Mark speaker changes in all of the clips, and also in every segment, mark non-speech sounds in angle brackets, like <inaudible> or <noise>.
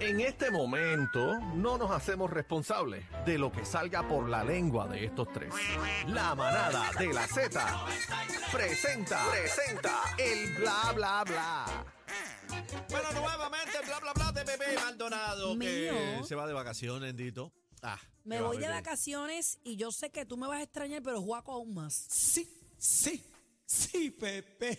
Speaker 1: En este momento no nos hacemos responsables de lo que salga por la lengua de estos tres. La manada de la Z presenta, presenta el bla bla bla.
Speaker 2: Bueno, nuevamente, bla, bla, bla de Bebé Maldonado, que
Speaker 3: Mío.
Speaker 2: se va de vacaciones, Dito. Ah,
Speaker 3: Me
Speaker 2: qué
Speaker 3: voy de
Speaker 2: barbaridad.
Speaker 3: vacaciones y yo sé que tú me vas a extrañar, pero Juaco aún más.
Speaker 4: Sí, sí, sí, Pepe.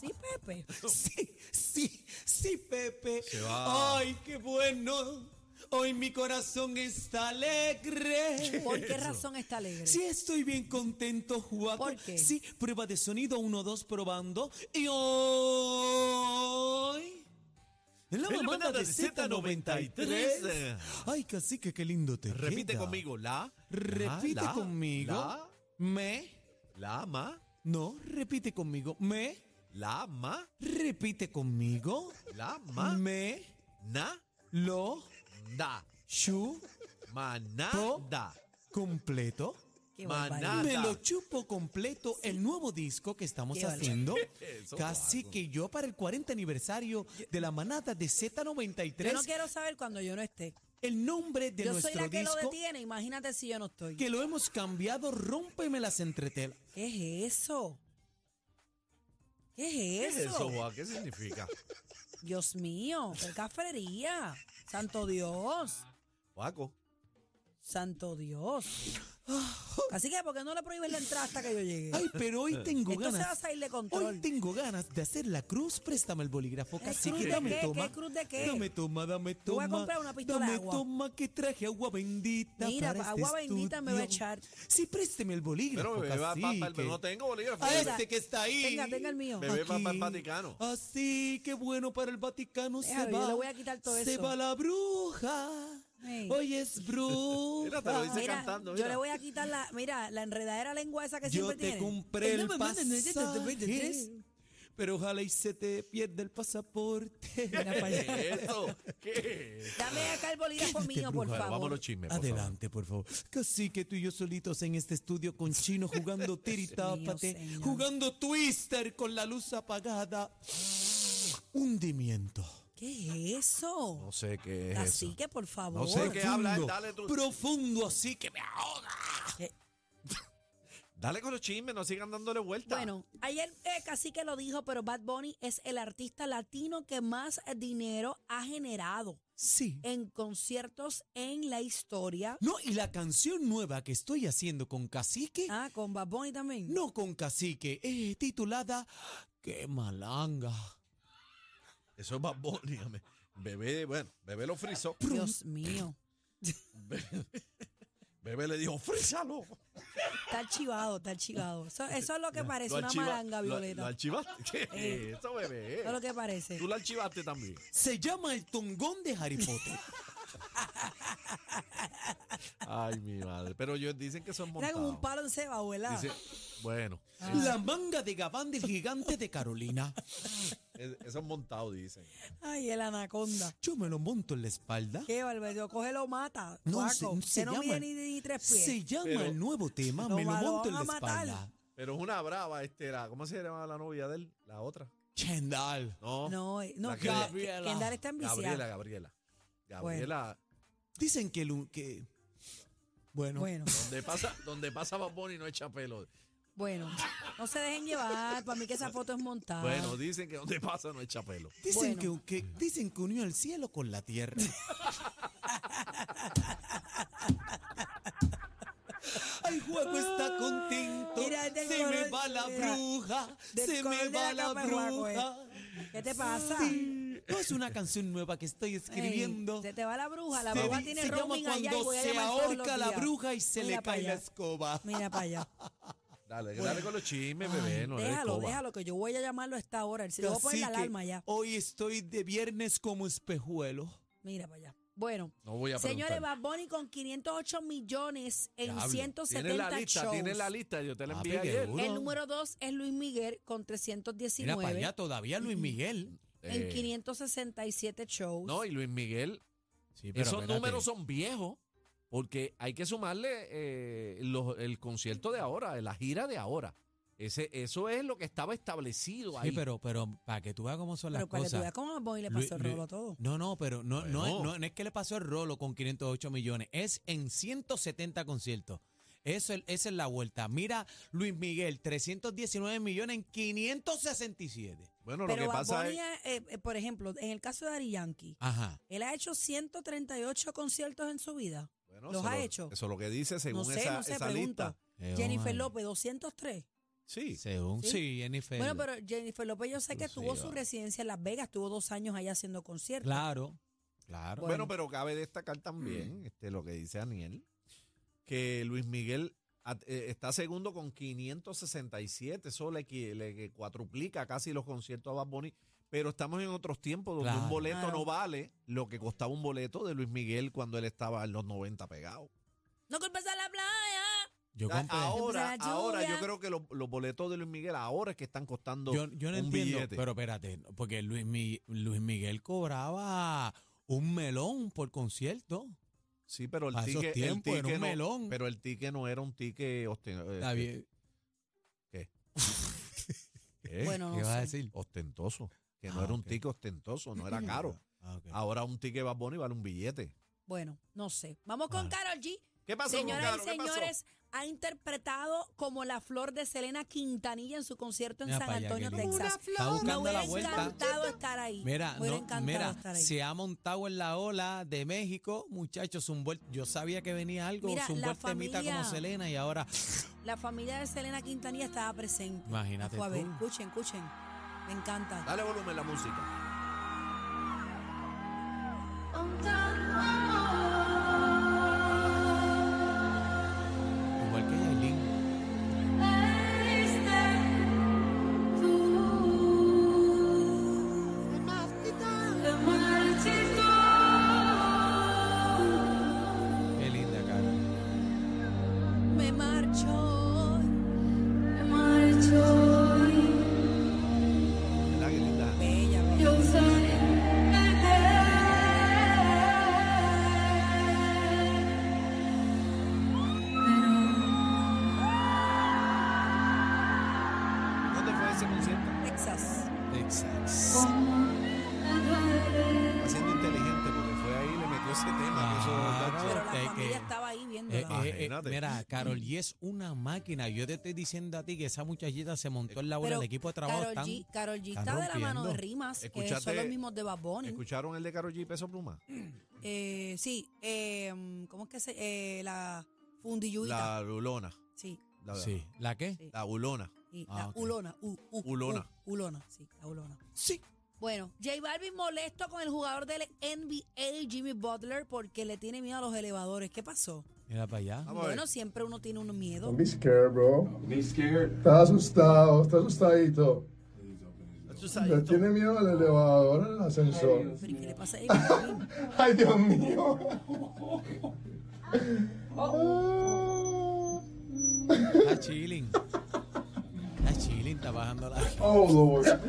Speaker 3: Sí,
Speaker 4: <laughs>
Speaker 3: Pepe.
Speaker 4: Sí, sí, sí, Pepe.
Speaker 2: Se va.
Speaker 4: Ay, qué bueno. Hoy mi corazón está alegre.
Speaker 3: ¿Por qué razón está alegre?
Speaker 4: Sí, estoy bien contento, Juaco.
Speaker 3: ¿Por qué?
Speaker 4: Sí, prueba de sonido 1, 2, probando. Y hoy... En la
Speaker 2: En la
Speaker 4: mamada
Speaker 2: manada
Speaker 4: de
Speaker 2: de Z93.
Speaker 4: Z93. Ay, cacique, qué lindo te
Speaker 2: Repite
Speaker 4: queda.
Speaker 2: conmigo, la.
Speaker 4: Repite
Speaker 2: la, la,
Speaker 4: conmigo.
Speaker 2: La,
Speaker 4: Me...
Speaker 2: la, ma,
Speaker 4: No, repite conmigo. Me...
Speaker 2: la, ma,
Speaker 4: Repite conmigo.
Speaker 2: la, ma,
Speaker 4: Me
Speaker 2: na,
Speaker 4: lo
Speaker 2: da,
Speaker 4: chu
Speaker 2: manada.
Speaker 4: completo.
Speaker 3: Qué barbaridad.
Speaker 2: Maná.
Speaker 4: Me lo chupo completo el nuevo disco que estamos
Speaker 3: Qué barbaridad.
Speaker 4: haciendo.
Speaker 2: Eso,
Speaker 4: Casi que yo para el 40 aniversario de la manada de Z93.
Speaker 3: Yo no quiero saber cuando yo no esté.
Speaker 4: el nombre de
Speaker 3: Yo
Speaker 4: nuestro
Speaker 3: soy la que
Speaker 4: disco
Speaker 3: lo detiene, imagínate si yo no estoy.
Speaker 4: que lo hemos cambiado, rómpeme las entretelas.
Speaker 3: ¿Qué es eso? ¿Qué
Speaker 2: ¿Qué
Speaker 3: es
Speaker 2: es eso,
Speaker 3: eso?
Speaker 2: Juan? ¿Qué significa?
Speaker 3: Dios mío, qué cafrería. Santo Dios,
Speaker 4: <laughs>
Speaker 2: Paco.
Speaker 3: santo Dios. Así que, ¿por qué no le prohíbes la entrada hasta que yo llegue?
Speaker 4: Ay, pero hoy tengo
Speaker 3: Esto se va a
Speaker 4: ganas.
Speaker 3: salir de
Speaker 4: Hoy
Speaker 3: control.
Speaker 4: tengo ganas de hacer la cruz, préstame el bolígrafo,
Speaker 3: ¿El
Speaker 4: casi
Speaker 3: cruz
Speaker 4: que
Speaker 3: de
Speaker 4: dame
Speaker 3: qué?
Speaker 4: toma.
Speaker 3: ¿Qué cruz de qué?
Speaker 4: Dame toma, dame
Speaker 3: Yo
Speaker 4: toma.
Speaker 3: voy a comprar una pistola
Speaker 4: dame
Speaker 3: de agua.
Speaker 4: toma que traje agua bendita
Speaker 3: Mira,
Speaker 4: para este
Speaker 3: agua bendita me voy a
Speaker 4: estudio.
Speaker 3: echar.
Speaker 4: Sí, présteme el bolígrafo,
Speaker 2: Pero bebé, va, va, va,
Speaker 4: cacique.
Speaker 2: no tengo bolígrafo.
Speaker 4: A
Speaker 3: Mira,
Speaker 4: este que está ahí.
Speaker 3: tenga, tenga el mío.
Speaker 2: Bebé va
Speaker 4: Aquí.
Speaker 2: para el Vaticano.
Speaker 4: Así que bueno para el Vaticano
Speaker 3: Déjalo,
Speaker 4: se
Speaker 3: yo
Speaker 4: va.
Speaker 3: le voy a quitar todo
Speaker 4: Se
Speaker 3: eso.
Speaker 4: va la bruja.
Speaker 3: Ey.
Speaker 4: Hoy es
Speaker 2: <laughs> Mira, te lo dice
Speaker 3: Ah,
Speaker 4: bruja.
Speaker 3: Mira,
Speaker 2: cantando,
Speaker 3: yo
Speaker 2: mira.
Speaker 3: le voy a quitar la, mira, la enredadera lengua esa que
Speaker 4: Yo
Speaker 3: siempre
Speaker 4: te
Speaker 3: tiene.
Speaker 4: compré el
Speaker 3: No, no, no, no, no, no, no, no, no,
Speaker 4: pasaje, pero ojalá y se te pierda el pasaporte.
Speaker 3: Mira para allá.
Speaker 2: ¿Qué es eso? ¿Qué es?
Speaker 3: Dame acá el bolígrafo
Speaker 4: Cállate,
Speaker 3: mío, por
Speaker 4: bruja.
Speaker 3: favor.
Speaker 2: Vamos a los chismes, por favor.
Speaker 4: Adelante, por favor. Casi que tú y yo solitos en este estudio con Chino
Speaker 3: <laughs>
Speaker 4: jugando tiritápate,
Speaker 3: señor.
Speaker 4: jugando twister con la luz apagada. Hundimiento.
Speaker 3: ¿Qué es eso?
Speaker 2: No sé qué es eso.
Speaker 3: Así que, por favor.
Speaker 2: No sé qué habla él,
Speaker 4: Profundo,
Speaker 2: dale tú.
Speaker 4: Profundo así que me ahoga.
Speaker 3: Eh,
Speaker 2: Dale con los chismes, no sigan dándole vuelta.
Speaker 3: Bueno, ayer eh, casi que lo dijo, pero Bad Bunny es el artista latino que más dinero ha generado
Speaker 4: Sí.
Speaker 3: en conciertos en la historia.
Speaker 4: No, y la canción nueva que estoy haciendo con Cacique,
Speaker 3: Ah, con Bad Bunny también.
Speaker 4: no con Cacique, eh, titulada Qué malanga.
Speaker 2: Eso es Bad Bunny, hombre. Bebé, bueno, Bebé lo frizó.
Speaker 3: Dios mío.
Speaker 2: Bebé le dijo, frízalo.
Speaker 3: Está archivado, está archivado. Eso, eso es lo que parece,
Speaker 2: Lo
Speaker 3: una
Speaker 2: archiva-
Speaker 3: malanga
Speaker 2: lo-
Speaker 3: violeta.
Speaker 2: Lo, archivaste. <laughs> ¿Qué
Speaker 3: Eh.
Speaker 2: es eso, bebé?
Speaker 3: Eso es lo que parece.
Speaker 2: Tú lo archivaste también.
Speaker 4: Se llama el tongón de
Speaker 3: <laughs>
Speaker 4: Harry Potter.
Speaker 2: Ay, mi madre. Pero ellos dicen que son
Speaker 3: Era
Speaker 2: montados.
Speaker 3: como un palo en ceba, ¿verdad?
Speaker 2: Dice, bueno,
Speaker 3: Ah.
Speaker 4: La manga de gabán del gigante de Carolina.
Speaker 2: es- eso es montado, dicen.
Speaker 3: Ay, el anaconda.
Speaker 4: Yo me lo monto en la espalda.
Speaker 3: Qué barbaridad. Cógelo, mata.
Speaker 4: No,
Speaker 3: No,
Speaker 4: se- se
Speaker 3: que no
Speaker 4: llama-
Speaker 3: mide ni, ni tres pies.
Speaker 4: Se llama
Speaker 2: Pero-
Speaker 4: el nuevo tema,
Speaker 3: No,
Speaker 4: me lo
Speaker 3: va, lo
Speaker 4: monto en la
Speaker 3: van a matar.
Speaker 4: espalda.
Speaker 2: Pero es una brava, este, la, ¿cómo se llama la novia de él? La otra.
Speaker 4: Chendal.
Speaker 2: No.
Speaker 3: No, eh, no,
Speaker 2: La que-
Speaker 4: Gabriela.
Speaker 3: Kendall está enviciado.
Speaker 2: Gabriela, Gabriela. Gabriela,
Speaker 4: Dicen que... el un- que bueno,
Speaker 3: Bueno,
Speaker 2: donde pasa, donde pasa Bad Bunny no echa pelo.
Speaker 3: bueno, no se dejen llevar. Para mí que esa foto es montada.
Speaker 2: Bueno, dicen que donde pasa no echa pelo.
Speaker 4: dicen,
Speaker 3: bueno.
Speaker 4: Que, que- dicen que unió el cielo con la
Speaker 3: <laughs>
Speaker 4: tierra. Ay, Juaco está contento.
Speaker 3: Mira, del
Speaker 4: se me
Speaker 3: color-
Speaker 4: va la
Speaker 3: mira,
Speaker 4: bruja.
Speaker 3: del
Speaker 4: Se
Speaker 3: color
Speaker 4: me
Speaker 3: de la
Speaker 4: va la
Speaker 3: capa de Juaco, eh.
Speaker 4: bruja.
Speaker 3: ¿Qué te pasa?
Speaker 4: No es una canción nueva que estoy
Speaker 3: Ey,
Speaker 4: escribiendo.
Speaker 3: se te va la bruja. La
Speaker 4: Se
Speaker 3: bruja
Speaker 4: di-
Speaker 3: tiene
Speaker 4: se llama
Speaker 3: roaming allá y
Speaker 4: cuando
Speaker 3: voy a
Speaker 4: se
Speaker 3: llamar todos los
Speaker 4: ahorca la
Speaker 3: días.
Speaker 4: bruja y se
Speaker 3: Mira pa'
Speaker 4: le cae la
Speaker 3: allá.
Speaker 4: escoba.
Speaker 3: Mira para
Speaker 4: <laughs>
Speaker 3: allá.
Speaker 2: Dale, dale con los chismes, bebé. No le des
Speaker 3: déjalo,
Speaker 2: coba.
Speaker 3: déjalo, que yo voy a llamarlo a esta hora. Se le voy a poner la
Speaker 4: Cacique,
Speaker 3: alarma ya.
Speaker 4: Hoy estoy de viernes como espejuelo.
Speaker 3: Mira para allá. Bueno,
Speaker 2: No voy a
Speaker 3: señores,
Speaker 2: preguntar.
Speaker 3: Bad Bunny con 508 millones en
Speaker 2: Diablo.
Speaker 3: 170
Speaker 2: Tiene la lista,
Speaker 3: shows.
Speaker 2: tiene la lista. Yo te la
Speaker 4: Ah,
Speaker 2: envié
Speaker 4: pero
Speaker 2: ayer.
Speaker 4: seguro.
Speaker 3: El número dos es Luis Miguel con 319.
Speaker 4: Mira para allá todavía Luis Miguel.
Speaker 3: en
Speaker 2: Eh,
Speaker 3: 567 shows.
Speaker 2: No, y Luis Miguel,
Speaker 4: Sí,
Speaker 2: esos números son viejos. Porque hay que sumarle eh, los- el concierto de ahora, la gira de ahora.
Speaker 5: Ese, eso es lo que estaba establecido
Speaker 4: Sí,
Speaker 5: ahí.
Speaker 4: pero, pero para que tú veas cómo son las
Speaker 3: Pero para que tú veas
Speaker 4: cosas.
Speaker 3: cómo a Bad Bunny le
Speaker 4: Lu-
Speaker 3: pasó el
Speaker 4: Lu-
Speaker 3: rolo todo.
Speaker 4: No, no, pero no, no, es-
Speaker 2: Bueno.
Speaker 4: no- no es que le pasó el rolo con 508 millones, es en 170 conciertos. Eso es, esa es la vuelta. Mira, Luis Miguel, 319 millones en 567.
Speaker 2: Bueno, lo
Speaker 3: Pero
Speaker 2: que
Speaker 3: Bad
Speaker 2: pasa
Speaker 3: Bunny,
Speaker 2: es.
Speaker 3: eh, eh, por ejemplo, en el caso de Ari Yankee,
Speaker 4: Ajá.
Speaker 3: él ha hecho 138 conciertos en su vida.
Speaker 2: bueno,
Speaker 3: ¿los
Speaker 2: eso
Speaker 3: ha
Speaker 2: lo-
Speaker 3: hecho?
Speaker 2: Eso es lo que dice según
Speaker 3: no sé,
Speaker 2: esa,
Speaker 3: no sé,
Speaker 2: esa
Speaker 3: pregunta.
Speaker 2: lista.
Speaker 3: Jennifer
Speaker 4: Según-
Speaker 3: López, 203.
Speaker 2: Sí.
Speaker 4: Según.
Speaker 3: Sí.
Speaker 4: Sí, Jennifer.
Speaker 3: Bueno, pero Jennifer López yo sé que
Speaker 4: Sí,
Speaker 3: tuvo su
Speaker 4: vale.
Speaker 3: residencia en Las Vegas, tuvo dos años allá haciendo conciertos.
Speaker 4: Claro, claro. Mm.
Speaker 2: Bueno, pero cabe destacar también este, lo que dice Daniel, que Luis Miguel at- eh, está segundo con 567, eso le, qui- le que cuatruplica casi los conciertos a Bad Bunny, pero estamos en otros tiempos donde
Speaker 4: Claro.
Speaker 2: un boleto
Speaker 3: Claro.
Speaker 2: no vale lo que costaba un boleto de Luis Miguel cuando él estaba en los 90 pegado.
Speaker 3: No culpes a la playa.
Speaker 4: yo
Speaker 2: Ah,
Speaker 4: compré.
Speaker 2: Ahora,
Speaker 3: Empezó la
Speaker 2: ahora yo
Speaker 3: lluvia.
Speaker 2: creo que los, los boletos de Luis Miguel ahora es que están costando
Speaker 4: Yo, yo no
Speaker 2: un
Speaker 4: entiendo,
Speaker 2: billete.
Speaker 4: pero espérate, porque Luis, Mi- Luis Miguel cobraba un melón por concierto.
Speaker 2: sí, pero el
Speaker 4: Para esos
Speaker 2: ticket, el
Speaker 4: tiempos era
Speaker 2: ticket
Speaker 4: un
Speaker 2: no-
Speaker 4: melón.
Speaker 2: pero el ticket no era un ticket osten- eh,
Speaker 4: Está bien.
Speaker 2: ¿qué?
Speaker 3: Bueno,
Speaker 4: ¿Qué
Speaker 3: no
Speaker 4: vas a
Speaker 3: sé.
Speaker 4: decir?
Speaker 2: ostentoso. Que no
Speaker 4: Ah,
Speaker 2: era un
Speaker 4: ok.
Speaker 2: ticket ostentoso, no era
Speaker 4: <clears throat>
Speaker 2: caro.
Speaker 4: Ah, ok.
Speaker 2: Ahora un ticket Bad Bunny vale un billete.
Speaker 3: Bueno, no sé. Vamos con
Speaker 4: Ah.
Speaker 3: Carol G.
Speaker 2: ¿Qué pasó con
Speaker 3: Señoras
Speaker 2: Caro?
Speaker 3: y
Speaker 2: ¿Qué pasó?
Speaker 3: señores, ha interpretado como la flor de Selena Quintanilla en su concierto en
Speaker 4: Mira
Speaker 3: San
Speaker 4: pa' allá,
Speaker 3: Antonio,
Speaker 4: qué lindo.
Speaker 3: Texas.
Speaker 4: Está
Speaker 3: Me
Speaker 4: buscando
Speaker 3: hubiera
Speaker 4: la vuelta.
Speaker 3: encantado estar ahí.
Speaker 4: Mira,
Speaker 3: me hubiera
Speaker 4: no,
Speaker 3: encantado
Speaker 4: mira,
Speaker 3: estar ahí.
Speaker 4: se ha montado en la ola de México, muchachos, un vuel- yo sabía que venía algo,
Speaker 3: Mira,
Speaker 4: un
Speaker 3: la
Speaker 4: buen temita
Speaker 3: familia-
Speaker 4: como Selena y ahora,
Speaker 3: La familia de Selena Quintanilla estaba presente. La
Speaker 4: imagínate
Speaker 3: fue a ver,
Speaker 4: tú.
Speaker 3: escuchen, escuchen. Me encanta.
Speaker 2: Dale volumen a la música.
Speaker 4: Igual que Yailin. Qué linda cara.
Speaker 3: Me marcho.
Speaker 2: ¿Verdad que linda?
Speaker 3: Bella, bella.
Speaker 2: ¿Dónde fue ese concierto?
Speaker 3: Texas.
Speaker 4: Texas.
Speaker 2: Haciendo inteligente, porque fue ahí y le metió ese tema.
Speaker 4: Ah, Claro.
Speaker 2: que eso,
Speaker 3: Pero la
Speaker 4: ok, que-
Speaker 3: familia estaba ahí
Speaker 4: Eh,
Speaker 3: viéndola.
Speaker 4: eh, eh,
Speaker 2: Imagínate.
Speaker 4: mira, Carol G es una máquina. Yo te estoy diciendo a ti que esa muchachita se montó en la ola.
Speaker 3: Pero
Speaker 4: El equipo de trabajo
Speaker 3: Carol
Speaker 4: están-
Speaker 3: G, Karol G
Speaker 4: están
Speaker 3: está de la mano de
Speaker 4: rompiendo.
Speaker 3: rimas. eh, son
Speaker 2: Escuchaste-
Speaker 3: los mismos de Bad Bunny.
Speaker 2: ¿Escucharon el de Karol G y Peso Pluma?
Speaker 3: Eh, sí, eh, ¿cómo es que se...? eh, la fundilluita.
Speaker 2: La Ulona.
Speaker 3: sí,
Speaker 2: La,
Speaker 4: Sí. ¿La qué?
Speaker 3: Sí.
Speaker 2: la Ulona.
Speaker 3: sí,
Speaker 4: Ah,
Speaker 3: la
Speaker 4: ok.
Speaker 3: ulona. u- u-
Speaker 2: Ulona.
Speaker 3: u- ulona, sí, la ulona.
Speaker 4: Sí.
Speaker 3: Bueno, J Balvin molesto con el jugador del NBA, Jimmy Butler, porque le tiene miedo a los elevadores. ¿qué pasó?
Speaker 4: Mira para allá.
Speaker 2: Vamos a ver.
Speaker 3: Bueno, siempre uno tiene un miedo.
Speaker 6: Don't be scared, bro.
Speaker 7: Be scared.
Speaker 6: Está asustado, está asustadito. Le
Speaker 2: Asustadito.
Speaker 6: tiene miedo al elevador, al ascensor.
Speaker 3: Pero ¿y qué le pasa a J Balvin?
Speaker 6: Ay, Dios mío.
Speaker 4: Está chilling. Está chilling, está bajando la.
Speaker 6: Oh, Lord.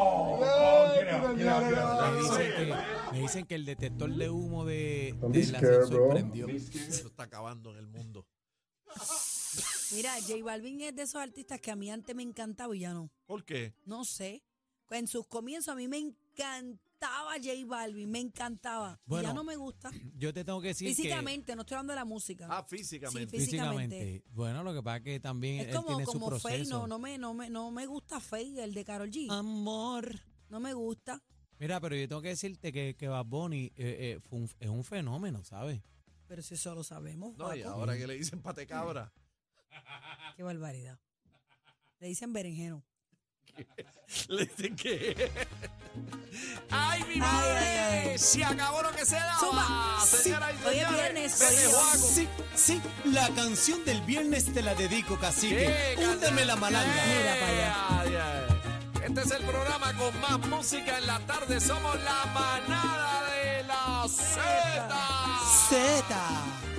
Speaker 6: No,
Speaker 4: Me
Speaker 6: no, no, no.
Speaker 4: dicen, que, me dicen que el detector de humo de,
Speaker 6: Don't be
Speaker 4: del
Speaker 6: scared,
Speaker 4: ascensor
Speaker 6: bro.
Speaker 4: prendió.
Speaker 2: Eso está acabando en el mundo.
Speaker 3: Mira, J Balvin es de esos artistas que a mí antes me encantaba y ya no.
Speaker 2: ¿Por qué?
Speaker 3: No sé. En sus comienzos a mí me encantaba J Balvin, me encantaba. Y ya
Speaker 4: Bueno,
Speaker 3: no me gusta.
Speaker 4: Yo te tengo que decir
Speaker 3: Físicamente, no estoy hablando de la música.
Speaker 2: Ah,
Speaker 4: que
Speaker 2: físicamente.
Speaker 3: Sí, físicamente.
Speaker 4: físicamente, bueno, lo que pasa es que también
Speaker 3: es
Speaker 4: él
Speaker 3: como,
Speaker 4: tiene su
Speaker 3: como Faye,
Speaker 4: proceso. Ah.
Speaker 3: no, no, me, no, me, no me gusta Faye, el de Carol G.
Speaker 4: Amor.
Speaker 3: No me gusta.
Speaker 4: Mira, pero yo tengo que decirte que, que Bad Bunny eh, eh, fue un- es un fenómeno, ¿sabes?
Speaker 3: Pero si eso lo sabemos,
Speaker 2: no, y
Speaker 3: Juaco.
Speaker 2: ahora que le dicen pate cabra.
Speaker 3: qué barbaridad. Le dicen berenjeno.
Speaker 2: Le dicen que. ¡Ay, mi
Speaker 3: Ay, ay,
Speaker 2: madre!
Speaker 3: ay.
Speaker 2: Se acabó lo que se daba.
Speaker 3: Zumba.
Speaker 2: Señoras
Speaker 3: Sí.
Speaker 2: y
Speaker 3: Hoy es
Speaker 2: señores,
Speaker 3: viernes,
Speaker 2: vete,
Speaker 3: hoy es-
Speaker 2: Juaco.
Speaker 4: Sí, sí, la canción del viernes te la dedico, cacique.
Speaker 2: ¡Qué
Speaker 4: Húndeme la malanga.
Speaker 3: Mira pa' allá.
Speaker 2: Ay, ay. Este es el programa con más música en la tarde. Somos la manada de la Z.
Speaker 4: Z.